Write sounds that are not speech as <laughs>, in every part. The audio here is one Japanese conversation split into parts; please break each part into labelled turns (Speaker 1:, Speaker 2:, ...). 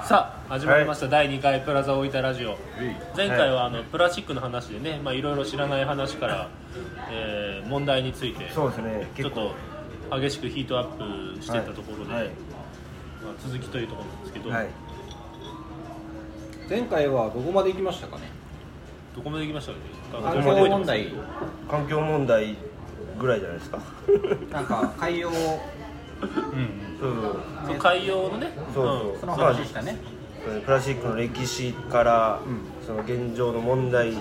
Speaker 1: 始まりました、第2回プラザ大分ラジオ前回はあのプラスチックの話でねまあいろいろ知らない話から、えー問題について
Speaker 2: そうですね
Speaker 1: ちょ
Speaker 2: 結
Speaker 1: っ
Speaker 2: 構
Speaker 1: と激しくヒートアップしてたところで、
Speaker 2: はい
Speaker 1: まあ、続きというところなんですけど、
Speaker 2: はい
Speaker 3: 前回はどこまで行きましたかね
Speaker 1: どこまで行きましたっけ
Speaker 3: 環
Speaker 2: こまで
Speaker 3: 境問題
Speaker 2: 環境問題ぐらいじゃないですか
Speaker 3: なんか海洋
Speaker 1: うんうん
Speaker 2: そうそう
Speaker 1: そう海洋のね
Speaker 2: そう
Speaker 1: うん
Speaker 3: その話したね
Speaker 2: そうプラスチックの歴史から、
Speaker 3: うん
Speaker 2: その現状の問題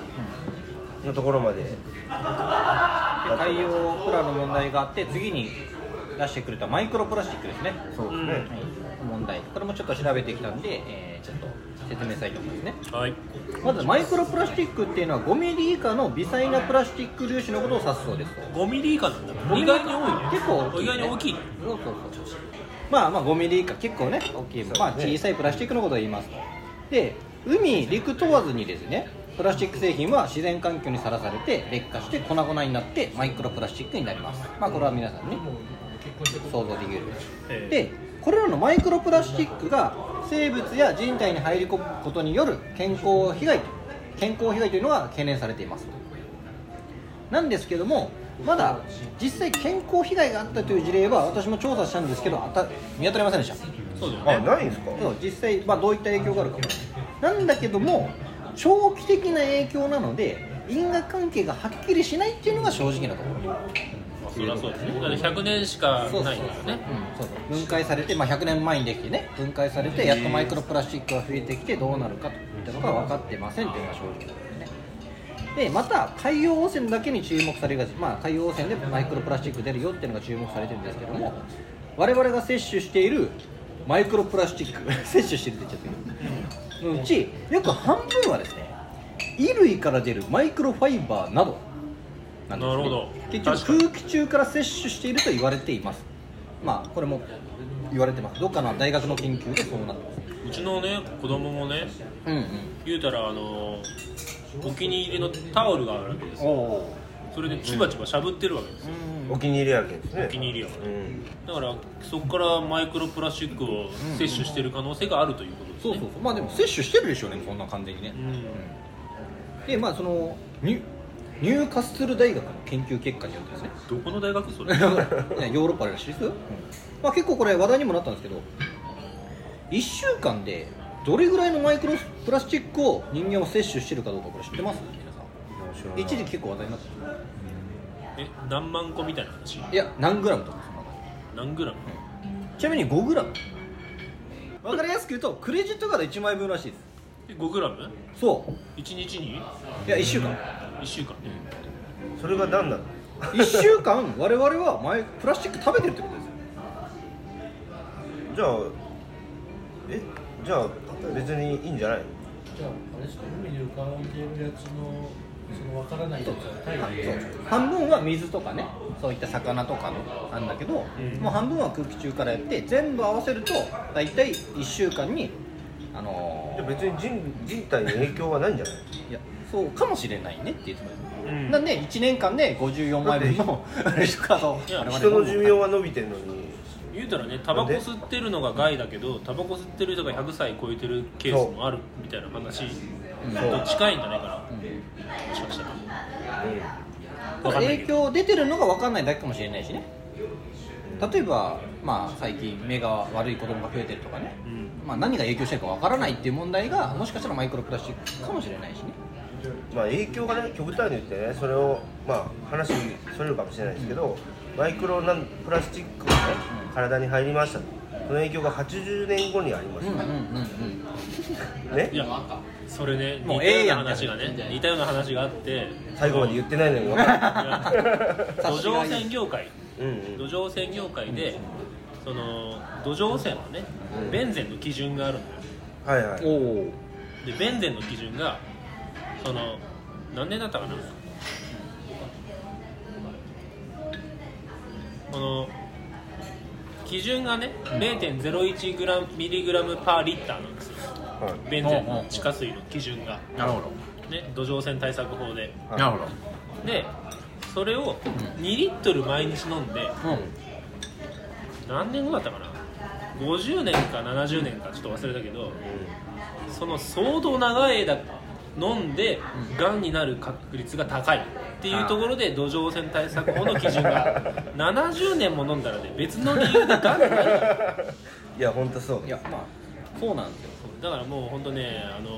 Speaker 2: のところまで、
Speaker 3: で海洋プラの問題があって次に出してくれたマイクロプラスチックですね、
Speaker 2: そうです
Speaker 3: はい
Speaker 2: ね、、
Speaker 3: 問題これもちょっと調べてきたんで、えーちょっと説明したいと思いますね
Speaker 1: はい
Speaker 3: まずマイクロプラスチックっていうのは5ミリ以下の微細なプラスチック粒子のことを指すそうですと
Speaker 1: 5ミリ以下なんだ
Speaker 3: 5
Speaker 1: 意
Speaker 3: ミリ
Speaker 1: 外に多いね
Speaker 3: 結構大きい、ね、
Speaker 1: 意外に大きいね
Speaker 3: そうそうそうまあまあ5ミリ以下結構ね大きい、まあ
Speaker 2: そうですね
Speaker 3: 小さいプラスチックのことを言いますとで海陸問わずにですねプラスチック製品は自然環境にさらされて劣化して粉々になってマイクロプラスチックになりますまあこれは皆さんね想像できる
Speaker 1: ええ
Speaker 3: でこれらのマイクロプラスチックが生物や人体に入り込むことによる健康被害健康被害というのが懸念されていますなんですけどもまだ実際健康被害があったという事例は私も調査したんですけどあた見当たりませんでした
Speaker 1: そうだよ
Speaker 2: あ
Speaker 1: ね
Speaker 2: ないんですか
Speaker 3: そう実際、まあ、どういった影響があるかもなんだけども長期的な影響なので因果関係がはっきりしないっていうのが正直なところ
Speaker 1: まあそりゃそうですねだって100年しか
Speaker 3: そうそう
Speaker 1: ないんだよね
Speaker 3: うんそうそう分解されて、まあ、100年前にできてね分解されてやっとマイクロプラスチックが増えてきてどうなるかといったのが分かってませんというのが正直なところでねでまた海洋汚染だけに注目されがち、まあ、海洋汚染でマイクロプラスチック出るよっていうのが注目されてるんですけども我々が摂取しているマイクロプラスチック <laughs> 摂取してるって言っちゃったけどのうち約半分はですね衣類から出るマイクロファイバーなどなんですね
Speaker 1: なるほど
Speaker 3: 結局空気中から摂取していると言われていますまあこれも言われてますどっかの大学の研究でそうなって
Speaker 1: う
Speaker 3: ます
Speaker 1: ちのね子供もね
Speaker 3: うんうん
Speaker 1: 言うたらあのお気に入りのタオルがあるわけですよ
Speaker 3: お
Speaker 1: それでチバチバしゃぶってるわけですよ
Speaker 2: お気に入りやけですね
Speaker 1: お気に入りやか
Speaker 2: うん
Speaker 1: らだからそこからマイクロプラスチックを摂取してる可能性があるということです
Speaker 3: そう
Speaker 1: ね
Speaker 3: そうそうまあでも摂取してるでしょうねそんな完全にね
Speaker 1: うん
Speaker 3: でまあそのニュニューカッスル大学の研究結果によるとですね
Speaker 1: どこの大学それ
Speaker 3: いやヨーロッパらしいですよ、まあ、結構これ話題にもなったんですけど1週間でどれぐらいのマイクロプラスチックを人間は摂取してるかどうかこれ知ってます皆さん
Speaker 2: 面白いな
Speaker 3: 一時結構話題になった
Speaker 1: え何万個みたいな話
Speaker 3: いや何グラムとかそんな
Speaker 1: 何グラム
Speaker 3: ちなみに5グラム分かりやすく言うとクレジットカード1枚分らしいで
Speaker 1: え5グラム
Speaker 3: すそう
Speaker 1: 1日に
Speaker 3: いや1週間
Speaker 1: 1週間ね
Speaker 2: それが何なの
Speaker 3: 1週間我々はマイプラスチック食べてるってことですよ
Speaker 2: じゃあえじゃあ別にいいんじゃないの
Speaker 4: じゃあ、あれですか、海に浮かんでるやつの、その分からないやつはタイで
Speaker 3: そう半分は水とかねそういった魚とかのなんだけど、
Speaker 1: うん
Speaker 3: もう半分は空気中からやって全部合わせると大体1週間にあの
Speaker 2: じゃあ
Speaker 3: ー
Speaker 2: 別に人人体に影響はないんじゃない
Speaker 3: いやそうかもしれないねって言ってます
Speaker 1: うん
Speaker 3: なんで1年間で54枚分のあれとかを
Speaker 1: いや
Speaker 3: 我々
Speaker 2: 人の寿命は伸びてるのに
Speaker 1: 言うたらねタバコ吸ってるのが害だけどタバコ吸ってる人が100歳超えてるケースもあるみたいな話と近いんじゃないか
Speaker 3: うん
Speaker 1: なもしかしたらわかんない
Speaker 3: 影
Speaker 1: けど
Speaker 3: 響出てるのが分かんないだけかもしれないしね例えば、まあ、最近目が悪い子供が増えてるとかね、
Speaker 1: うん
Speaker 3: まあ、何が影響してるか分からないっていう問題がもしかしたらマイクロプラスチックかもしれないしね
Speaker 2: まあ影響がね極端に言ってねそれをまあ話それるかもしれないですけど、マイクロなんプラスチックがね体に入りましたとその影響が80年後にありま
Speaker 3: うん
Speaker 2: し
Speaker 3: うんうん
Speaker 2: た、ね
Speaker 1: いやそれね
Speaker 3: も
Speaker 1: 似
Speaker 3: う
Speaker 1: たよ
Speaker 3: え
Speaker 1: う
Speaker 3: え
Speaker 1: な
Speaker 3: やん
Speaker 1: 話がね似たような話があって
Speaker 2: 最後まで言ってないのに分か
Speaker 1: 土壌汚染業界
Speaker 3: <laughs>
Speaker 2: るうん
Speaker 1: 土
Speaker 2: うん
Speaker 1: 壌汚染業界でその土壌汚染はね
Speaker 2: うん
Speaker 1: ベンゼンの基準があるんだよ
Speaker 2: はいは
Speaker 3: うん
Speaker 2: い
Speaker 3: おお
Speaker 1: でベンゼンの基準がその何年だったかなこの基準がね 0.01g ミリグラムパーリッターなんですよ
Speaker 2: は
Speaker 1: ベンゼンの地下水の基準が
Speaker 3: なるほど
Speaker 1: ね土壌汚染対策法で
Speaker 2: いはい
Speaker 3: ほど
Speaker 1: でそれを2リットル毎日飲んで
Speaker 3: うん
Speaker 1: 何年後だったかな50年か70年かちょっと忘れたけどその相当長い間飲んでがんになる確率が高いっていうところで土壌汚染対策法の基準が <laughs> 70年も飲んだらね別の理由でがんになるから
Speaker 2: <laughs> いや本当そう
Speaker 3: いやまあそうなんですよ
Speaker 1: だからもう本当ねあの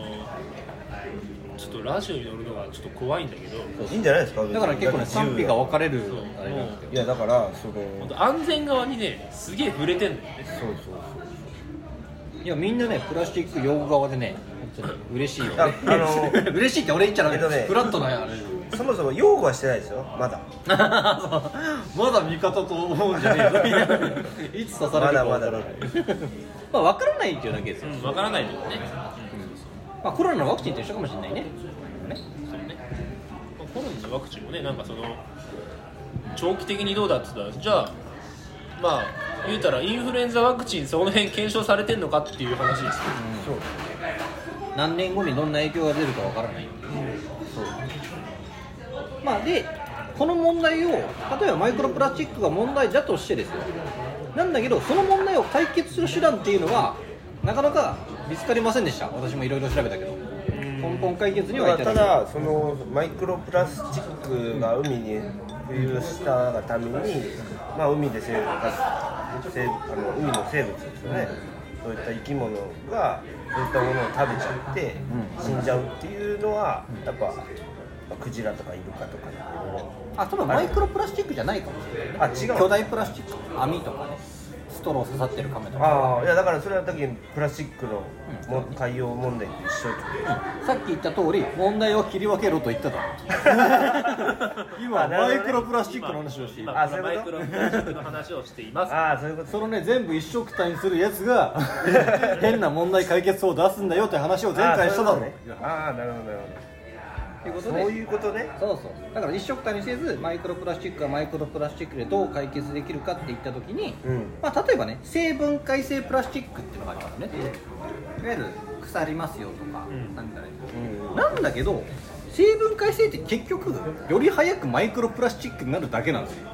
Speaker 1: ちょっとラジオに乗るのがちょっと怖いんだけど
Speaker 2: いいんじゃないですか
Speaker 3: だから結構ね
Speaker 2: 別に
Speaker 3: 賛否が分かれる
Speaker 1: そう
Speaker 3: あれなんですけ
Speaker 2: いやだからその
Speaker 1: 本当安全側にねすげえ触れてんだよね
Speaker 2: そうそうそう
Speaker 3: どいやみんなねプラスチック用具側でねちょっと嬉しいよね
Speaker 2: ああの
Speaker 3: <laughs> 嬉しいって俺言っちゃダメだ
Speaker 2: えっとね
Speaker 3: フラットなあれ <laughs>
Speaker 2: そもそも擁護はしてないですよまだ
Speaker 3: まだ味方と思うんじゃね <laughs> えぞいつ刺されるか分から
Speaker 2: まだ
Speaker 3: ない <laughs> まあ分からないっていうだけです
Speaker 1: う
Speaker 3: よ、
Speaker 1: ん分からないけどね、
Speaker 3: まあ、コロナのワクチンと一緒かもしれないねね
Speaker 1: うんそうねまあコロナのワクチンもねなんかその長期的にどうだって言ったらじゃあまあ言うたらインフルエンザワクチンその辺検証されてんのかっていう話ですよ
Speaker 2: そう
Speaker 3: 何年後にどんな影響が出るかわからないっていうまあでこの問題を例えばマイクロプラスチックが問題だとしてですよなんだけどその問題を解決する手段っていうのはなかなか見つかりませんでした私もいろいろ調べたけど根本解決には
Speaker 2: まあ
Speaker 3: 至ら
Speaker 2: た
Speaker 3: ない
Speaker 2: だそのマイクロプラスチックが海に浮遊したがために、まあ、海で生活生あの海の生物ですよね、そういった生き物がそういったものを食べちゃって死んじゃうっていうのはやっぱ、まあクジラとかイルカとかいろいろ
Speaker 3: あ多分マイクロプラスチックじゃないかもしれない
Speaker 2: あ違う
Speaker 3: 巨大プラスチック網とかねストロー刺さってる亀とか
Speaker 2: ああいやだからそれはだけプラスチックの
Speaker 3: うん
Speaker 2: も海洋問題と一緒って
Speaker 3: さっき言った通り問題を切り分けろと言っただろ
Speaker 2: <laughs>
Speaker 3: 今
Speaker 2: あなるほど
Speaker 3: マ
Speaker 2: ね
Speaker 3: イクロプラスチックの話をしている
Speaker 1: 今
Speaker 2: あそういうこ
Speaker 1: マ
Speaker 2: と
Speaker 1: イクロプラスチックの話をしています
Speaker 2: ああそういうこと
Speaker 3: そのね全部一緒くたにするや
Speaker 2: <laughs>
Speaker 3: つが変な問題解決法を出すんだよって話を前回しただろ
Speaker 2: ねああなるほどなる
Speaker 3: というこ
Speaker 2: ほど
Speaker 3: と
Speaker 2: そう
Speaker 3: で
Speaker 2: いうことね
Speaker 3: そうそうだから一緒くたにせずマイクロプラスチックはマイクロプラスチックでどう解決できるかっていった時に、
Speaker 2: うん
Speaker 3: まあ、例えばね成分解性プラスチックっていうのがありますねいわゆる腐りますよとか、
Speaker 1: ん
Speaker 3: なんだね
Speaker 2: うん
Speaker 3: なんだけど成分解性って結局より早くマイクロプラスチックになるだけなんですよ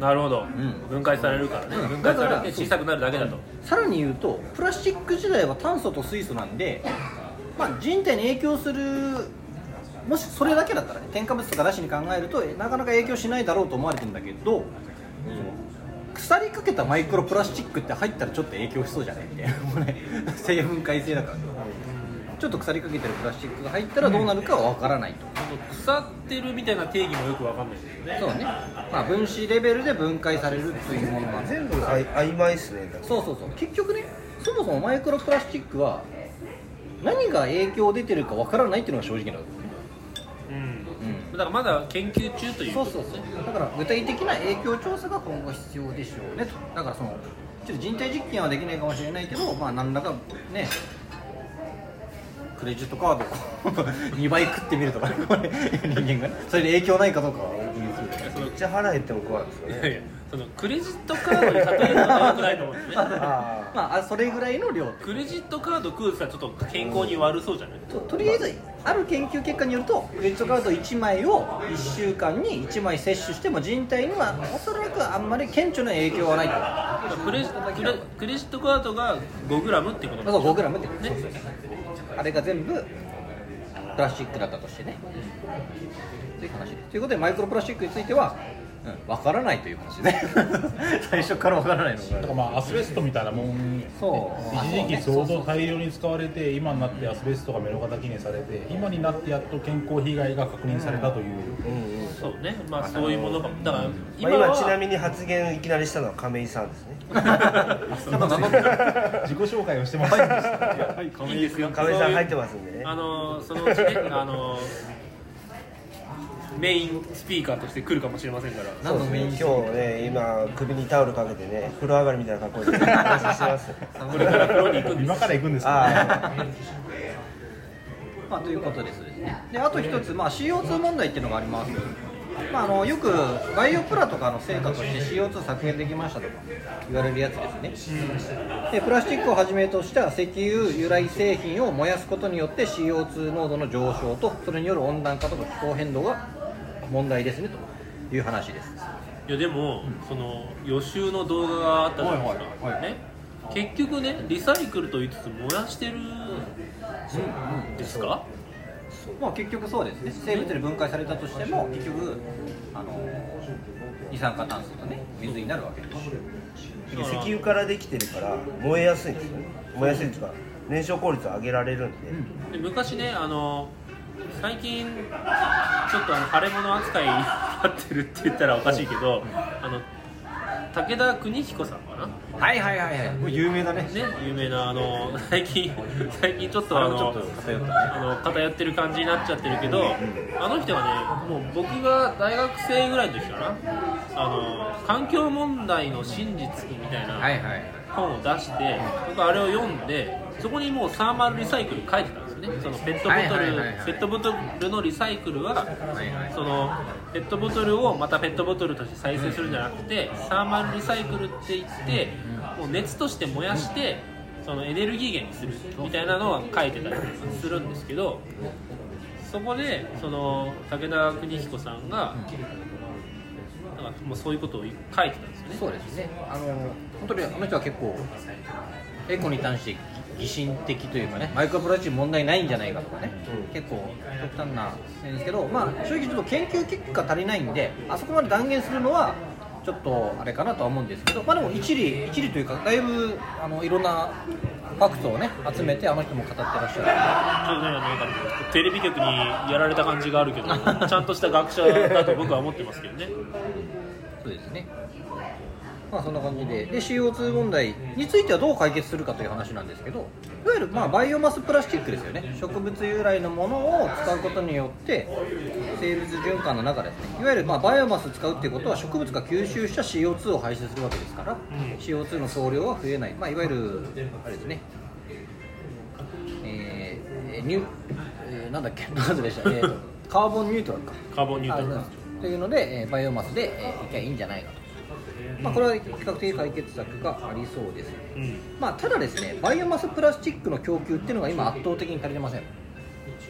Speaker 1: なるほど、
Speaker 3: ん
Speaker 1: 分解されるからね、
Speaker 3: うん
Speaker 1: 分解さ
Speaker 3: だ
Speaker 1: れ
Speaker 3: から
Speaker 1: て小さくなるだけだと、
Speaker 3: さらに言うとプラスチック自体は炭素と水素なんで、まあ、人体に影響するもしそれだけだったらね添加物とかなしに考えるとなかなか影響しないだろうと思われてるんだけど、腐りかけたマイクロプラスチックって入ったらちょっと影響しそうじゃないみたいな <laughs> もうね成分解性だから、ちょっと腐りかけてるプラスチックが入ったらどうなるかは分からないと、
Speaker 1: この腐ってるみたいな定義もよくわかんないんだよね
Speaker 3: そうね、まあ、分子レベルで分解されるというものなんで
Speaker 2: 全部あい曖昧っすねだから
Speaker 3: そうそうそう結局ねそもそもマイクロプラスチックは何が影響出てるかわからないっていうのが正直な
Speaker 1: う
Speaker 3: の、
Speaker 1: ん
Speaker 3: う
Speaker 1: だからまだ研究中という
Speaker 3: そうそうそうだから具体的な影響調査が今後必要でしょうねとだからそのちょっと人体実験はできないかもしれないけどまあ何らかねクレジットカードを <laughs> 2倍食ってみるとか <laughs> ねこれ人間がねそれで影響ないかどうかは確認するとかね
Speaker 2: めっちゃ腹減っても怖いですよ
Speaker 1: い
Speaker 2: ね
Speaker 1: やいやそのクレジットカードに例えるのは良くないと思うんですね
Speaker 2: あ
Speaker 3: まああそれぐらいの量
Speaker 1: クレジットカード食うってのはちょっと健康に悪そうじゃない
Speaker 3: ととりあえずある研究結果によるとクレジットカード1枚を1週間に1枚摂取しても人体にはおそらくあんまり顕著な影響はないと
Speaker 1: クレジクレクレジットカードが 5g ってこと
Speaker 3: ま
Speaker 1: な
Speaker 3: ず
Speaker 1: んで
Speaker 3: 5g ってこと
Speaker 1: ね
Speaker 3: ねあれが全部プラスチックだったとしてねという話ですということでマイクロプラスチックについては、うん、分からないという話ね <laughs> 最初から分からないの
Speaker 4: だ
Speaker 3: が
Speaker 4: からまあアスベストみたいなもんや
Speaker 3: そう
Speaker 4: 一時期
Speaker 3: そ
Speaker 4: 相
Speaker 3: う
Speaker 4: 当大量に使われて今になってアスベストが目の敵にされて今になってやっと健康被害が確認されたという、
Speaker 2: あうんうん
Speaker 1: そうねまあそういうものかもだから
Speaker 2: ま
Speaker 1: 今
Speaker 2: あ、今ちな
Speaker 1: は
Speaker 2: みに発言いきなりしたのは亀井さんですね
Speaker 3: やっぱ名乗ってる
Speaker 4: 自己紹介をしてますはい
Speaker 1: いいですよ
Speaker 2: 亀井さん入ってますんでね
Speaker 1: あのそのうちねあのメインスピーカーとして来るかもしれませんから
Speaker 2: そうですね今日ね今首にタオルかけてね風呂上がりみたいな格好で話してます <laughs>
Speaker 1: これからプロに行くんです
Speaker 4: 今から行くんですか、ね、
Speaker 2: あ
Speaker 3: まあ、ということですねであと一つ、まあ、CO2 問題っていうのがあります、まあ、あのよくバイオプラとかの成果として CO2 削減できましたとか言われるやつですねでプラスチックをはじめとした石油由来製品を燃やすことによって CO2 濃度の上昇とそれによる温暖化とか気候変動が問題ですねという話です
Speaker 1: いやでも、その予習の動画があったじゃないですか、
Speaker 4: はいはいはい
Speaker 1: ね結局ねリサイクルと言いつつ燃やしてるんですか
Speaker 3: まあ結局そうですね生物で分解されたとしても結局あの二酸化炭素とね水になるわけです
Speaker 2: で石油からできてるから燃えやすいんですよね燃えやすいっていうか燃焼効率を上げられるん
Speaker 1: で
Speaker 2: で、
Speaker 1: 昔ねあの最近ちょっとあの腫れ物扱いに <laughs> なってるって言ったらおかしいけどあの武田邦彦さんかな
Speaker 3: はいはいはいはいもう有名だね
Speaker 1: ね有名なあの最近最近ちょっとあ
Speaker 3: あれもちょ
Speaker 1: の
Speaker 3: っと偏ったね
Speaker 1: あの偏ってる感じになっちゃってるけど、あの人はね、もう僕が大学生ぐらいの時かな、あの環境問題の真実みたい
Speaker 3: はい
Speaker 1: な
Speaker 3: はい
Speaker 1: 本を出して、僕、あれを読んで、そこにもうサーマルリサイクル書いてたんですよね、そのペットボト
Speaker 3: はいはいはいは
Speaker 1: ル
Speaker 3: い
Speaker 1: ペットボトルのリサイクルは、
Speaker 3: はいはい
Speaker 1: そのペットボトルをまたペットボトルとして再生するんじゃなくて、サーマルリサイクルって言って、もう熱として燃やして、そのエネルギー源にするみたいなのは書いてたりするんですけど、そこでその武田邦彦さんが、なんかもうそういうことを書いてたんですよね。
Speaker 3: そうですねあの本当にあの人は結構エコに対して疑心的というかねマイクロプラスチック問題ないんじゃないかとかね、結構極端な点ですけどまあ正直ちょっと研究結果足りないんであそこまで断言するのはちょっとあれかなとは思うんですけどまあでも一理一理というかだいぶあのいろんなファクトをね集めてあの人も語ってらっし
Speaker 1: ち
Speaker 3: ゃ
Speaker 1: ょっとねなんかテレビ局にやられた感じがあるけ
Speaker 3: <laughs>
Speaker 1: ど、ちゃんとした学者だと僕は思ってますけどね。
Speaker 3: るそうですねまあそんな感じでで CO2 問題についてはどう解決するかという話なんですけどいわゆるまあバイオマスプラスチックですよね植物由来のものを使うことによって生物循環の中ですねいわゆるまあバイオマス使うっていうことは植物が吸収した CO2 を排出するわけですから CO2 の総量は増えない、まあ、いわゆるあれですねえーえーニュえーなんだっけ <laughs> 何でした、えーとカーボンニュートラルか
Speaker 1: カーボンニュートラル
Speaker 3: あというので、えーバイオマスで、えー、一回いいんじゃないかと、まあ、これは比較的解決策がありそうです、
Speaker 1: うん
Speaker 3: まあ、ただですねバイオマスプラスチックの供給っていうのが今圧倒的に足りてません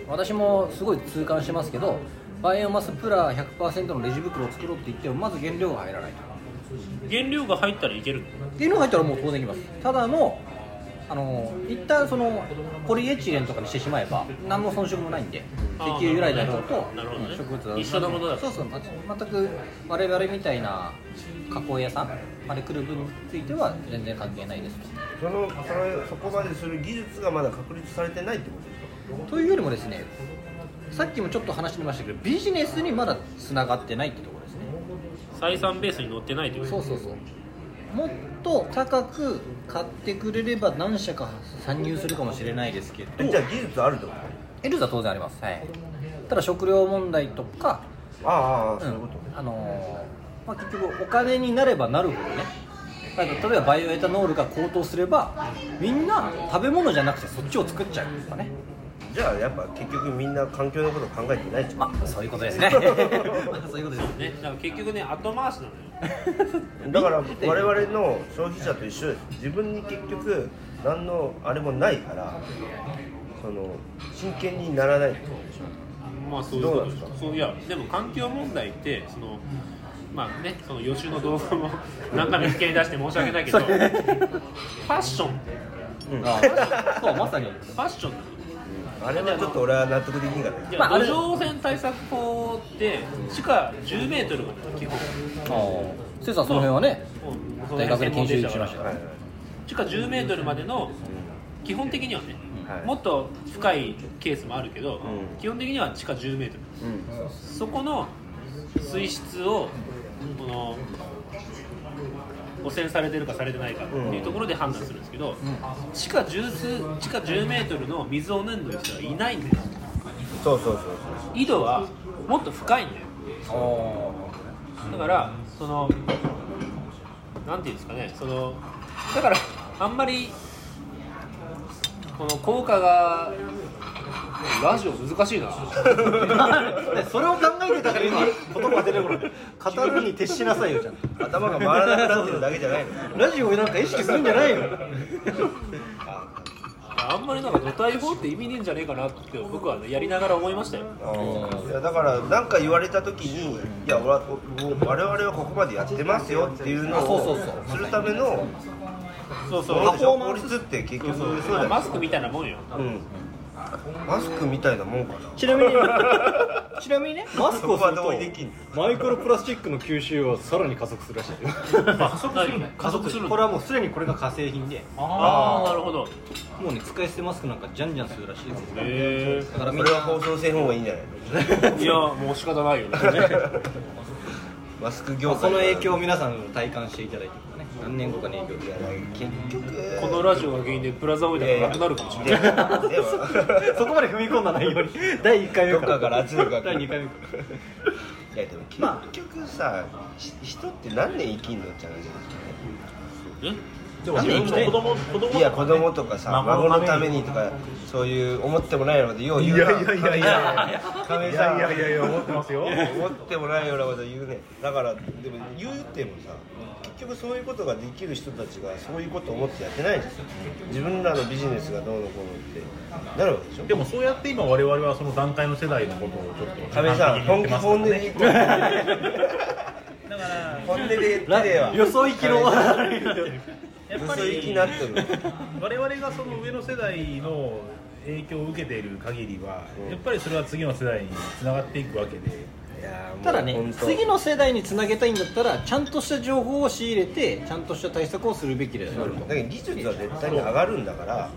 Speaker 3: 私もすごい痛感してますけどバイオマスプラ100%のレジ袋を作ろうって言ってもまず原料が入らないと
Speaker 1: 原料が入ったらいけるの
Speaker 3: っていうのが入ったらもう当然いきますただのあの一旦そのポリエチレンとかにしてしまえば何の遜色もないんで石
Speaker 1: あー
Speaker 3: 油由来だろうと
Speaker 1: なるほどね
Speaker 3: うん植物だろうと
Speaker 1: 一緒のものだと
Speaker 3: そうそうま全く我々みたいな加工屋さんまで来る分については全然関係ないです
Speaker 2: そのそれそこまでする技術がまだ確立されてないってことですか
Speaker 3: というよりもですねさっきもちょっと話してましたけどビジネスにまだつながってないってところですね
Speaker 1: 採算ベースに乗ってないという
Speaker 3: そうそうそうもっと高く買ってくれれば何社か参入するかもしれないですけど
Speaker 2: えじゃあ技術あるってこと
Speaker 3: エルザ当然あります、はい、ただ食料問題とか、
Speaker 2: ああああ
Speaker 3: う
Speaker 2: そうい
Speaker 3: ん
Speaker 2: うこと、
Speaker 3: あのーまあ、結局お金になればなるほどねだから例えばバイオエタノールが高騰すればみんな食べ物じゃなくてそっちを作っちゃうんですかね
Speaker 2: じゃあやっぱ結局みんな環境のこと考えてないじゃん
Speaker 3: まあそういうことですね <laughs> まあそういうことですね
Speaker 1: ねだから結局ね後回しなのよ
Speaker 2: だから我々の消費者と一緒です自分に結局何のあれもないからその真剣にならないと
Speaker 1: まあそういうことでし
Speaker 2: どうなんですか
Speaker 1: ょそういやでも環境問題ってそのまあねその予習の動画も何回も引き合いに出して申し訳ないけどファッション
Speaker 3: ああそうまさに
Speaker 1: ファッションなの
Speaker 2: あれはちょっと俺は納得できんからね
Speaker 1: いや、
Speaker 3: まああれ
Speaker 1: 土壌汚染対策法って地下10メートルまで基本
Speaker 3: せいさんその辺はね
Speaker 1: うん
Speaker 3: 大学で研修しました
Speaker 2: はいはい
Speaker 1: 地下10メートルまでの基本的にはね、
Speaker 2: はい
Speaker 1: もっと深いケースもあるけど、
Speaker 2: うん
Speaker 1: 基本的には地下10メートル
Speaker 2: うん
Speaker 1: そこの水質をこの汚染されてるかされてないかっていうところで判断するんですけど、地下10数地下10メートルの水を飲んでる人はいないんだよ
Speaker 2: そうそうそうそう
Speaker 1: 井戸はもっと深いんだよだからそのなんていうんですかねそのだからあんまりこの効果がラジオ難しいな
Speaker 3: <laughs> それを考えてたから今言葉が出てこ <laughs> ない語るに徹しなさいよちゃんと
Speaker 2: 頭が回らなくなってるだけじゃないの
Speaker 3: ラジオなんか意識するんじゃないよ
Speaker 1: あんまりなんか土体法って意味ねえんじゃねえかなって僕はね、やりながら思いましたよ
Speaker 2: いやだから何か言われた時にいや俺はおお我々はここまでやってますよっていうの
Speaker 3: あそう
Speaker 2: を
Speaker 3: そうそ
Speaker 2: す
Speaker 3: う
Speaker 2: るための
Speaker 1: そうそう
Speaker 2: 法
Speaker 3: パフォーマン
Speaker 2: 律って結局そう
Speaker 1: ま
Speaker 2: だ
Speaker 1: あ
Speaker 2: よ
Speaker 1: マスクみたいなもんよ
Speaker 2: うんマスクみたいなもんかな
Speaker 3: ちなみにちなみにねマスクをする
Speaker 2: そこは同
Speaker 3: と
Speaker 2: 意できん
Speaker 3: マイクロプラスチックの吸収はさらに加速するらしいよ
Speaker 1: 加速するの加速する
Speaker 3: これ
Speaker 1: の
Speaker 3: はもうすでにこれが化成品で
Speaker 1: ああなるほど
Speaker 3: もうね使い捨てマスクなんかじゃんじゃんするらしいですよ
Speaker 1: へ
Speaker 3: だからみん
Speaker 2: これ
Speaker 3: な
Speaker 2: は放送せん方がいいんじゃない
Speaker 1: えいやもう仕方 <laughs> ないよね
Speaker 2: マスク業
Speaker 3: まあ
Speaker 2: 界
Speaker 3: その影響を皆さん体感していただいてるからね何年後かに影響
Speaker 2: いや結局
Speaker 1: このラジオが原因でプラザオイルがなくなるかもしれない
Speaker 2: ででは
Speaker 3: そこまで踏み込んだ内容に第1回目
Speaker 2: どっかから圧力が来る
Speaker 3: 第2回目か
Speaker 2: いやでも結局さ、し人って何年生きんのって話ですよ
Speaker 1: え
Speaker 4: でも自分の子供子供とか
Speaker 2: ね
Speaker 4: ね
Speaker 2: いや子供とかさ孫
Speaker 4: 孫
Speaker 2: の
Speaker 4: の
Speaker 2: た
Speaker 4: た
Speaker 2: め
Speaker 4: め
Speaker 2: に
Speaker 4: に
Speaker 2: とかそういう思ってもないようなことよう言う
Speaker 4: やいや
Speaker 2: 亀井
Speaker 4: い
Speaker 2: さん
Speaker 4: やいやいやいや思ってますよ
Speaker 2: 思ってもないようなこと言うねだからでも言うてもさ結局そういうことができる人たちがそういうことを思ってやってないですよ自分らのビジネスがどうのこうのってなるわけでしょ
Speaker 4: でもそうやって今我々はその団塊の世代のことをちょっと
Speaker 2: 亀井さん本気本音で言って
Speaker 4: <laughs>
Speaker 5: だから
Speaker 2: 本音で言ってねえわ
Speaker 3: よそ行きの悪い
Speaker 5: やっ
Speaker 2: よ
Speaker 5: ぱ
Speaker 2: そ行きに
Speaker 5: り
Speaker 2: なってる
Speaker 4: 我々がその上の世代の影響を受けている限りは
Speaker 2: うん
Speaker 4: やっぱりそれは次の世代につながっていくわけで
Speaker 2: いやーもう
Speaker 3: ただね
Speaker 2: 本当
Speaker 3: 次の世代につなげたいんだったらちゃんとした情報を仕入れてちゃんとした対策をするべきだよ
Speaker 2: だけど技術は絶対に上がるんだから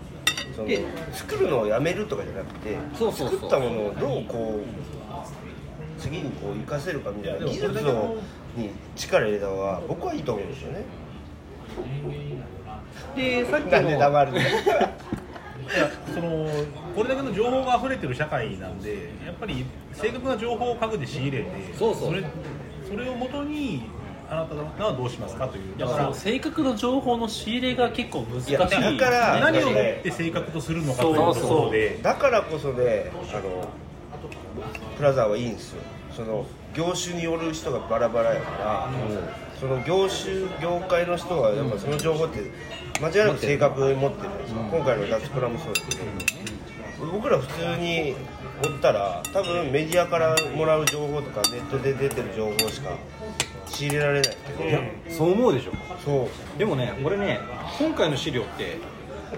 Speaker 2: その
Speaker 3: で
Speaker 2: 作るのをやめるとかじゃなくて
Speaker 3: そうそうそう
Speaker 2: 作ったものをどうこう次にこう活かせるかみたいな技術をに力入れた方が僕はいいと思うんですよね
Speaker 3: でさっき
Speaker 2: なんで
Speaker 3: の
Speaker 2: 黙るの
Speaker 4: いやそのこれだけの情報が溢れてる社会なんでやっぱり正確な情報を各自仕入れて
Speaker 3: そうそう
Speaker 4: れそれをもとにあなた方はどうしますかというだか
Speaker 1: そ
Speaker 4: ら
Speaker 1: う正確な情報の仕入れが結構難しい
Speaker 2: いやだから
Speaker 4: 何をもって正確とするのかというところで
Speaker 2: だからこそねあのプラザはいいんですよその業種による人がバラバラやから、その業種業界の人がやっぱその情報って間違いなく正確に持ってるじゃないですか、今回の脱プラもそうですけど、僕ら普通に追ったら多分メディアからもらう情報とかネットで出てる情報しか仕入れられないけど、
Speaker 3: そう思うでしょ
Speaker 2: そう
Speaker 3: でもね俺ね今回の資料って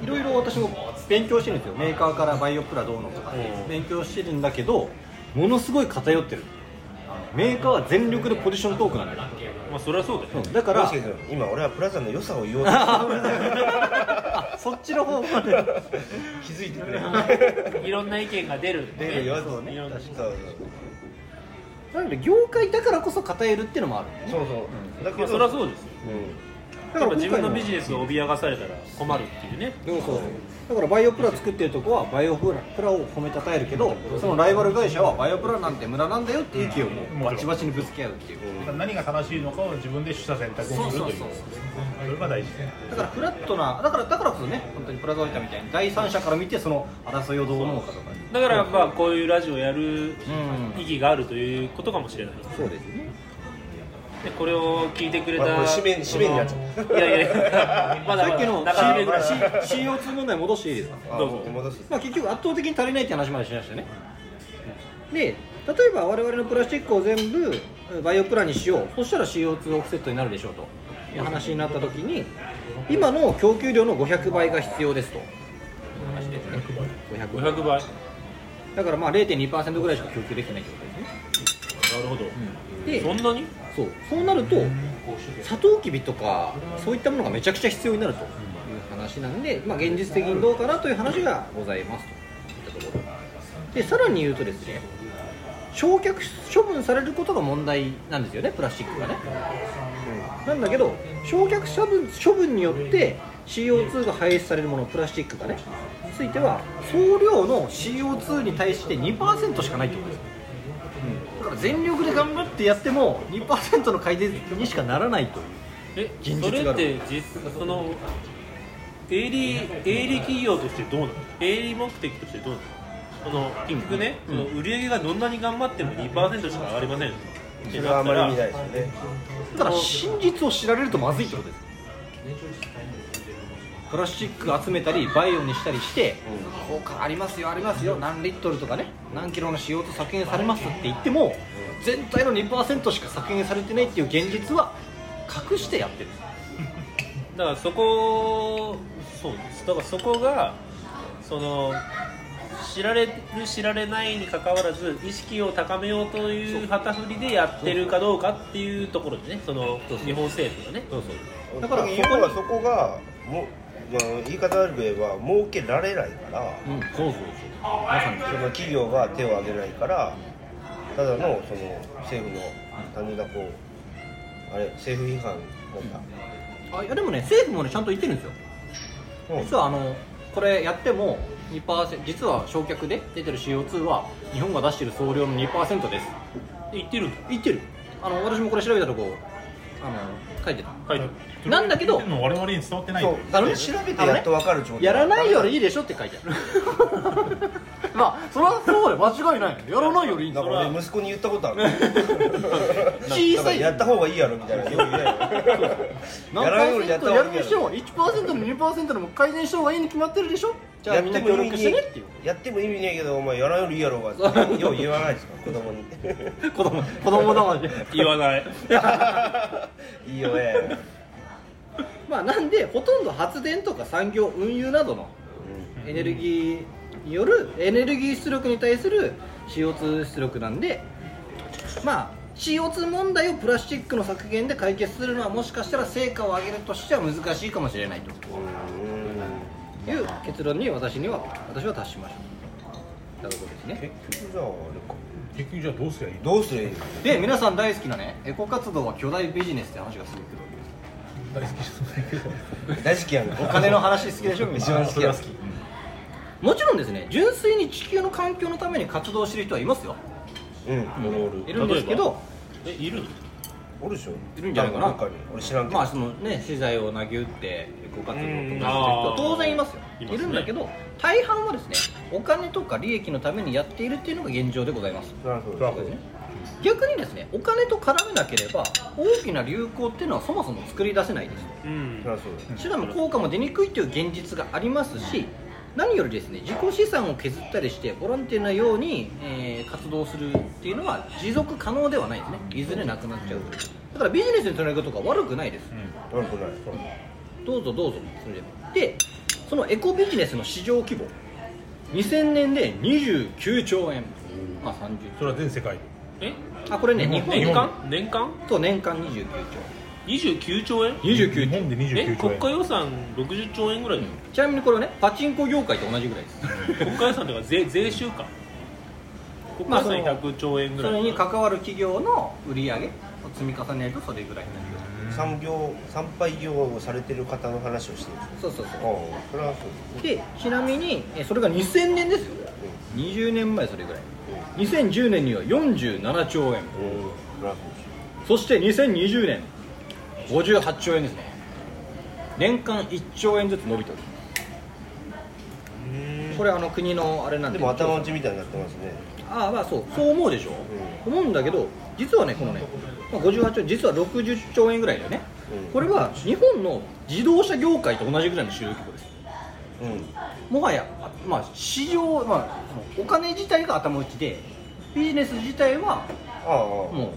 Speaker 3: いろいろ私も勉強してるんですよメーカーからバイオプラどうのとか勉強してるんだけどものすごい偏ってるメーカーは全力でポジショントークなんだよ
Speaker 1: まあそれはそうだよ
Speaker 3: うんだか
Speaker 2: も
Speaker 3: ら
Speaker 2: しかしたら今俺はプラザの良さを言おうとしてる <laughs>
Speaker 3: あそっちの方向で
Speaker 2: 気づいてくれる
Speaker 1: いろんな意見が出るんで
Speaker 2: <laughs> 出るよ
Speaker 1: ね
Speaker 2: そうね
Speaker 1: いろんな
Speaker 2: そうそう
Speaker 3: なので業界だからこそ偏るっていうのもある
Speaker 2: そうそうだ
Speaker 1: まあそれはそうですよだ
Speaker 3: だか
Speaker 1: からら
Speaker 3: 自
Speaker 1: 自分
Speaker 3: 分の
Speaker 1: の
Speaker 3: ビ
Speaker 1: ビ
Speaker 3: ジ
Speaker 1: ジネスを脅かされたら困るっていうね
Speaker 3: そうそうだからバイオプラ作ってるとこはバイオプラプラを褒めたたえるけどそのライバル会社はバイオプラなんて無駄なんだよって意見をもうバチバチにぶつけ合うっていう
Speaker 4: 何が正しいのかを自分で取捨選択をするという
Speaker 3: そうそうそう
Speaker 4: それが大事ですね
Speaker 3: だからフラットなだからだからこそね本当にプラザオイタみたいに第三者から見てその争いをどう思うかとかね
Speaker 1: だからまあこういうラジオやる
Speaker 3: うん
Speaker 1: 意義があるということかもしれない
Speaker 3: そうですね
Speaker 1: でこれを聞いてくれた
Speaker 2: まあこれ締め締めになっちゃ
Speaker 1: ういやい
Speaker 3: <laughs>
Speaker 1: やまだ
Speaker 3: さっきの
Speaker 1: なかなか
Speaker 3: C- CO2 問題戻していいですか
Speaker 2: あ
Speaker 1: どうぞ
Speaker 2: 戻す
Speaker 3: まあ、結局圧倒的に足りないって話までしましたよね、で例えば我々のプラスチックを全部バイオプラにしようそしたら CO2 オフセットになるでしょうという話になった時に今の供給量の500倍が必要ですと話ですね500
Speaker 1: 500倍
Speaker 3: だからまあ0.2%ぐらいしか供給できてないってことですね
Speaker 1: なるほど、
Speaker 3: で
Speaker 1: そんなに
Speaker 3: そうそうなるとサトウキビとかそういったものがめちゃくちゃ必要になるという話なんで、まあ、現実的にどうかなという話がございますといったところでさらに言うとですね焼却処分されることが問題なんですよねプラスチックがねなんだけど焼却処分処分によって CO2 が排出されるものプラスチックがねについては総量の CO2 に対して2%しかないってことですよだから全力で頑張ってやっても2%の改善にしかならないとい
Speaker 1: え
Speaker 3: う現
Speaker 1: それ
Speaker 3: 実がある
Speaker 1: って実その営利営利企業としてどうなの営利目的としてどうなのその結局ね、
Speaker 3: うん
Speaker 1: その売り上げがどんなに頑張っても2%しか上がりませんっ
Speaker 2: そ
Speaker 1: て
Speaker 2: れは
Speaker 1: な
Speaker 2: あ
Speaker 1: っ
Speaker 2: ま
Speaker 1: た
Speaker 2: り
Speaker 1: ら
Speaker 2: 見ないですよね
Speaker 3: だから真実を知られるとまずいってことですプラスチック集めたりバイオにしたりして、効果ありますよありますよ何リットルとかね何キロの CO2 削減されますって言っても全体の2%しか削減されてないっていう現実は隠してやってる
Speaker 1: だからそこそうですだからそこがその知られる知られないにかかわらず意識を高めようという旗振りでやってるかどうかっていうところでねその日本政府がね
Speaker 2: だから要はそこがも、まあ、言い方悪く言えば儲けられないから、
Speaker 3: うんそうそうそうまさに
Speaker 2: その企業が手を挙げないからただのその政府の単純なこうあれ政府批判なんだ、
Speaker 3: あいやでもね政府もねちゃんと言ってるんですよ
Speaker 2: うん
Speaker 3: 実はあのこれやっても2%実は焼却で出てる CO2 は日本が出してる総量の2%です
Speaker 1: 言ってるんだ
Speaker 3: 言ってるあの私もこれ調べたとこあの書いてた
Speaker 1: 書いてる
Speaker 3: なんだけど
Speaker 4: 言ってんの我々に伝わってない
Speaker 2: そ
Speaker 4: よ
Speaker 2: う
Speaker 3: あのね
Speaker 2: 調べてやっと分かる状態
Speaker 3: やらないよりいいでしょって書いてある <laughs> まあそれはそうで間違いないやらないよりいいん
Speaker 2: だ
Speaker 3: だ
Speaker 2: から俺息子に言ったことあるだ
Speaker 3: 小
Speaker 2: から
Speaker 3: さい
Speaker 2: やった方がいいやろみたいなよく言えよ
Speaker 3: 何
Speaker 2: やら
Speaker 3: パ
Speaker 2: ないよ
Speaker 3: ー
Speaker 2: り
Speaker 3: セ
Speaker 2: やっ
Speaker 3: ント
Speaker 2: た方
Speaker 3: や
Speaker 2: がい
Speaker 3: る
Speaker 2: いや
Speaker 3: にしても
Speaker 2: ろ
Speaker 3: 1%でも2%でも改善した方がいいに決まってるでしょじゃあみんな協力してねっていう
Speaker 2: やっても意味ねえけどお前やらないよりいいやろが
Speaker 3: <laughs>
Speaker 2: よう言わないですか子供に
Speaker 3: 子供子供だまで
Speaker 1: 言わない
Speaker 2: いいよね
Speaker 3: まあなんでほとんど発電とか産業運輸などのエネルギーによるエネルギー出力に対する CO2 出力なんでまあ CO2 問題をプラスチックの削減で解決するのはもしかしたら成果を上げるとしては難しいかもしれないという結論に私には私は達しましたなるほどですね
Speaker 2: 結局じゃああれか
Speaker 4: 結局じゃあどうすりゃいいの
Speaker 2: どうすればいいの
Speaker 3: で皆さん大好きなねエコ活動は巨大ビジネスって話がすごいけ
Speaker 4: 大好きじゃないけど
Speaker 2: 大好きやん
Speaker 3: どお金の話好きでしょみ
Speaker 2: <laughs>
Speaker 3: ん
Speaker 2: 一
Speaker 3: な
Speaker 2: 番好きやん
Speaker 3: もちろんですね純粋に地球の環境のために活動してる人はいますよ
Speaker 2: うん俺おる
Speaker 3: いるんですけど
Speaker 1: えいるの
Speaker 2: おるでしょ
Speaker 3: いるんじゃないかな
Speaker 2: どっかに俺知らんけど
Speaker 3: まあそのね資材を投げ打ってエコ活動とかしてる
Speaker 2: うん
Speaker 3: 人は当然いますよ
Speaker 1: い
Speaker 3: い
Speaker 1: ますね
Speaker 3: るんだけど大半はですねお金とか利益のためにやっているっていうのが現状でございます
Speaker 2: なるほ
Speaker 4: トラ
Speaker 2: ど
Speaker 4: ブル
Speaker 3: 逆にですねお金と絡めなければ大きな流行っていうのはそもそも作り出せないです
Speaker 1: うん
Speaker 2: なるほど
Speaker 3: 手段の効果も出にくいという現実がありますし何よりですね自己資産を削ったりしてボランティアのように、えー活動するっていうのは持続可能ではないですねいずれなくなっちゃうというだからビジネスにつなげることが悪くないです
Speaker 2: 悪くない
Speaker 3: どうぞどうぞそれでもでそのエコビジネスの市場規模2000年で29兆円まあ30
Speaker 4: それは全世界
Speaker 1: え
Speaker 3: あこれね
Speaker 4: 日
Speaker 3: 日
Speaker 1: 年
Speaker 3: 本年
Speaker 4: 本
Speaker 3: 間
Speaker 1: 間年間
Speaker 3: と年間29兆
Speaker 1: 29兆円
Speaker 4: 日
Speaker 3: 29兆
Speaker 4: 本で
Speaker 1: え
Speaker 4: 29兆
Speaker 1: 国
Speaker 4: 円
Speaker 1: 家予算60兆円ぐらいだよ
Speaker 3: ちなみにこれはねパチンコ業界と同じぐらいです
Speaker 1: 国家予算とか税税収か国家予算100兆円ぐ
Speaker 3: そ
Speaker 1: らい
Speaker 3: れに
Speaker 1: か
Speaker 3: 関わる企業の売り上げを積み重ねるとそれぐらいになるよ
Speaker 2: 産業参拝業をされてる方の話をしてるあ
Speaker 3: そうそう
Speaker 2: あ
Speaker 3: そ
Speaker 2: それはそうです
Speaker 3: うでちなみにえそれが2000年ですよ20年前それぐらい2010年には47兆円
Speaker 2: うんうんそれはそうです
Speaker 3: そして2020年58兆円ですね年間1兆円ずつ伸びておりますこれあの国のあれなん
Speaker 2: で
Speaker 3: で
Speaker 2: も頭打ちみたいになってますね
Speaker 3: ああまあそうそう思うでしょ、思うんだけど実はねこのね、まあ、58兆円実は60兆円ぐらいだよね、
Speaker 2: うん
Speaker 3: これは日本の自動車業界と同じぐらいの収益規模です
Speaker 2: うん
Speaker 3: もはや、あまあ、市場、まあ、そのお金自体が頭打ちでビジネス自体は
Speaker 2: あああ
Speaker 3: も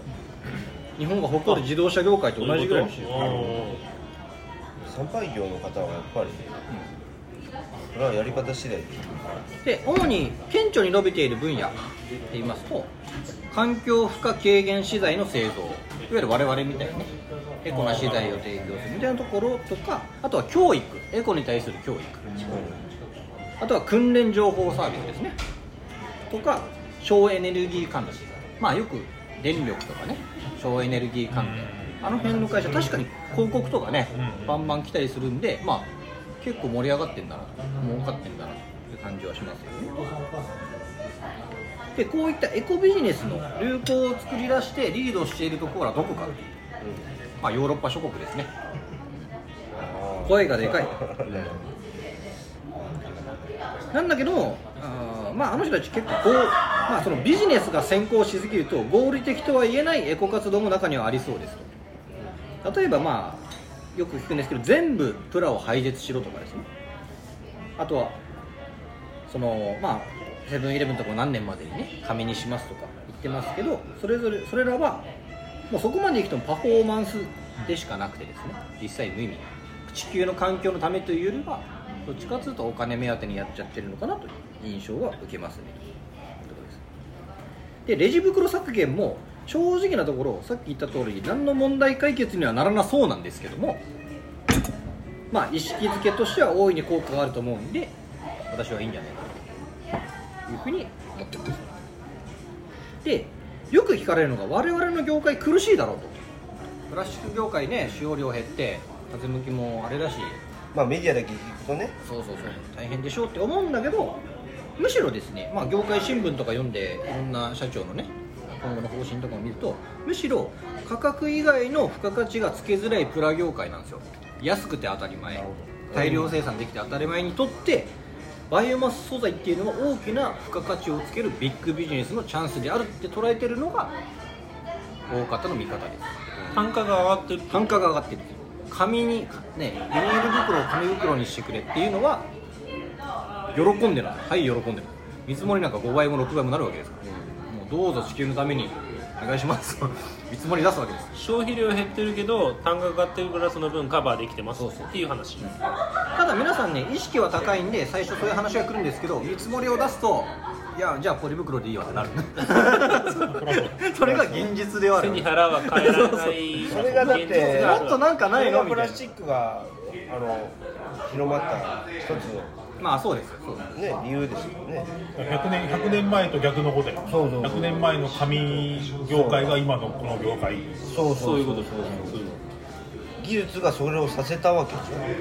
Speaker 3: う日本が誇る自動車業界と同じぐらいの収益
Speaker 2: あ参拝業の方はやっぱりそれはやり方次第
Speaker 3: で主に顕著に伸びている分野で言いますと環境負荷軽減資材の製造いわゆる我々みたいにねエコな資材を提供するみたいなところとかあとは教育エコに対する教育あとは訓練情報サービスですねとか省エネルギー関連まあよく電力とかね省エネルギー関連あの辺の会社確かに広告とかねバンバン来たりするんでまあ結構盛り上がってんだな儲かってんだなという感じはしますよねでこういったエコビジネスの流行を作り出してリードしているところはどこか、まあ、ヨーロッパ諸国ですね声がでかいなんだけどもあーまああの人たち結構こう、まあ、そのビジネスが先行しすぎると合理的とは言えないエコ活動も中にはありそうですと例えばまあよく聞くんですけど全部プラを廃絶しろとかですねあとはそのまあセブンイレブンとかも何年までにね紙にしますとか言ってますけどそれぞれそれらはもうそこまでいくとパフォーマンスでしかなくてですね実際無意味地球の環境のためというよりはどっちかというとお金目当てにやっちゃってるのかなという印象は受けますねということですでレジ袋削減も正直なところさっき言った通り何の問題解決にはならなそうなんですけどもまあ意識づけとしては大いに効果があると思うんで私はいいんじゃないかなというふうに思ってますでよく聞かれるのが我々の業界苦しいだろうとプラスチック業界ね使用量減って風向きもあれだし
Speaker 2: <laughs> まあメディアだけ聞くとね
Speaker 3: そうそうそう大変でしょうって思うんだけどむしろですね、まあ、業界新聞とか読んでいろんな社長のね今後の方針とかを見るとむしろ価格以外の付加価値がつけづらいプラ業界なんですよ安くて当たり前大量生産できて当たり前にとってバイオマス素材っていうのは大きな付加価値をつけるビッグビジネスのチャンスであるって捉えてるのが大方の見方です
Speaker 1: 単価が上がってる
Speaker 3: 単価が上がってる紙にねビニール袋を紙袋にしてくれっていうのは喜んでないはい喜んでない見積もりなんか5倍も6倍もなるわけですから、もうどうぞ地球のためにお願いします <laughs> 見積もり出すわけです
Speaker 1: 消費量減ってるけど単価が上がってるからその分カバーできてます
Speaker 3: そうそ
Speaker 1: っ
Speaker 3: う
Speaker 1: ていう話
Speaker 3: ただ皆さんね意識は高いんで最初そういう話が来るんですけど見積もりを出すといやじゃあポリ袋でいいわってなる <laughs> それが現実ではあ
Speaker 1: 背
Speaker 3: る
Speaker 1: に腹は変えられない
Speaker 2: それがだって
Speaker 1: 現実があ
Speaker 3: も
Speaker 1: る
Speaker 3: っとなんかないの
Speaker 2: それがプ
Speaker 3: みたい
Speaker 2: ラ
Speaker 3: な
Speaker 2: スチックがあの広まった一つ
Speaker 3: まあそうですよそうです
Speaker 2: の、ね、理由ですよね
Speaker 4: 100年 ,100 年前と逆のことや
Speaker 2: そうそう
Speaker 4: 100年前の紙業界が今のこの業界
Speaker 2: そう
Speaker 1: そういうこととそういうことそういうこ
Speaker 2: 技術がそれをさせたわけですよね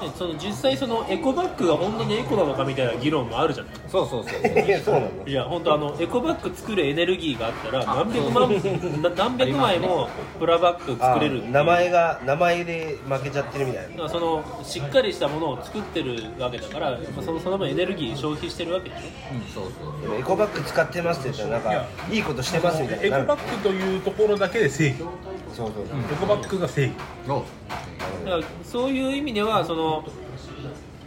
Speaker 1: とでその実際そのエコバッグが本当にエコなのかみたいな議論もあるじゃない
Speaker 3: そうそうそう
Speaker 2: いやそうなの
Speaker 1: いや本当あのエコバッグ作るエネルギーがあったら何百万な何百枚もプラバッグ作れるっていう
Speaker 2: 名前が名前で負けちゃってるみたいな
Speaker 1: だからそのしっかりしたものを作ってるわけだからやっぱそのその分エネルギー消費してるわけでしょ
Speaker 3: うんそうそう
Speaker 2: でもエコバッグ使ってますって言ったらなんかいいことしてますみたい
Speaker 4: エ
Speaker 2: にな
Speaker 4: コ
Speaker 2: る
Speaker 4: バッグというところだけで正義エ
Speaker 2: そうそう
Speaker 4: コバッグが正義
Speaker 3: そう
Speaker 1: だからそういう意味ではその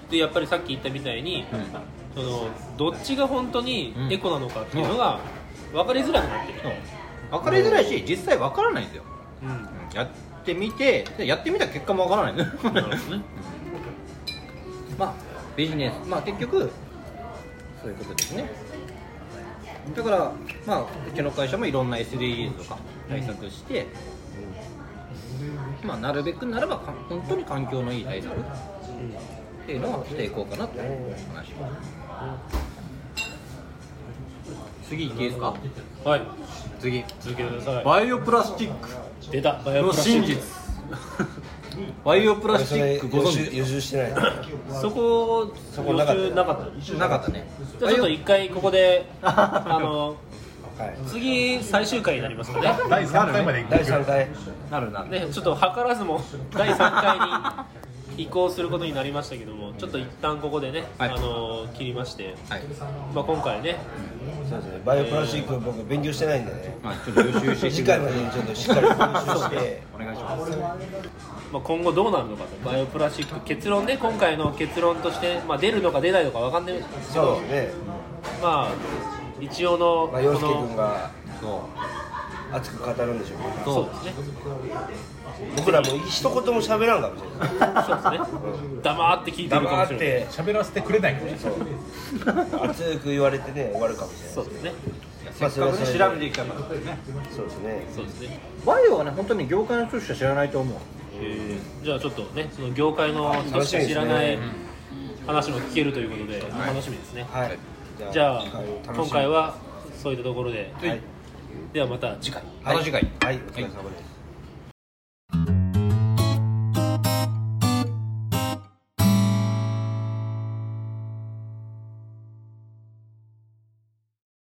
Speaker 1: でやっぱりさっき言ったみたいに、そのどっちが本当にエコなのかっていうのが分かりづらくなってる、
Speaker 3: 分かりづらいし実際分からないんですよ
Speaker 1: うん
Speaker 3: やってみてでやってみた結果もわからないね
Speaker 1: なるほどね
Speaker 3: <laughs> まあビジネスまあ結局そういうことですねだからまあうちの会社もいろんな SDGs とか対策して、まあなるべくならばか本当に環境のいい対策っていうのはしていこうかなという話次いっていいですか
Speaker 1: はい
Speaker 3: 次
Speaker 1: 続けてください
Speaker 3: バイオプラスチック
Speaker 1: 出たバイオ
Speaker 3: の
Speaker 1: プラスチッ
Speaker 3: 真
Speaker 1: ク
Speaker 3: 実バイオプ
Speaker 2: そ
Speaker 3: ラスチ
Speaker 2: れ
Speaker 3: ックご
Speaker 2: 予
Speaker 3: 存
Speaker 2: 習
Speaker 3: 知
Speaker 2: 予習してない
Speaker 1: そこ
Speaker 2: そこなかった
Speaker 1: 予習なかったじ
Speaker 3: なかったね
Speaker 1: ゃあちょっと一回ここであの
Speaker 2: はい
Speaker 1: 次最終回になりますかね
Speaker 4: 第3回まで行
Speaker 2: 第3回
Speaker 3: なるなる
Speaker 1: ね、ちょっと図らずも第3回に移行することになりましたけども、ちょっと一旦ここでね、
Speaker 3: はい
Speaker 1: あのー切りまして、
Speaker 3: はい、
Speaker 1: まあ、今回ね、
Speaker 2: そうですねバイオプラスチック僕勉強してないんでね
Speaker 3: まあ、ちょっと予習して
Speaker 2: 次回までにちょっとしっかり予習して
Speaker 3: お願いします
Speaker 1: まあ、今後どうなるのかと、バイオプラスチック、結論ね、今回の結論として、まあ、出るのか出ないのか分かんないですけ
Speaker 2: そう
Speaker 1: ど、
Speaker 2: ですね
Speaker 1: まあ、一応の、
Speaker 2: まあ
Speaker 1: こ
Speaker 2: 陽介君
Speaker 1: の
Speaker 2: が
Speaker 3: そ
Speaker 2: 熱く語るんでしょう
Speaker 3: う
Speaker 2: け
Speaker 1: そう
Speaker 3: そ
Speaker 1: ですね、
Speaker 2: ど僕らも一言も喋らんかもしれない
Speaker 1: そうですね、黙って聞いてるか
Speaker 2: 黙
Speaker 1: も
Speaker 2: っ
Speaker 1: しれない。
Speaker 2: て
Speaker 4: 喋らせてくれないかもしれない
Speaker 2: 熱く言われてね終わるかもしれない
Speaker 1: そうですね、
Speaker 2: まあそれはそれで
Speaker 3: う調べてきたからね
Speaker 2: そうですね
Speaker 1: そうですね。
Speaker 3: バイオはね本当に業界の人しか知らないと思う
Speaker 1: じゃあちょっとね、その業界の人しか知らない話も聞けるということで、楽しみですね。
Speaker 2: はい
Speaker 1: じゃあ
Speaker 2: 楽しみ
Speaker 1: 今回はそういったところで、ではまた次回。
Speaker 3: また次回
Speaker 2: はいお疲れ様です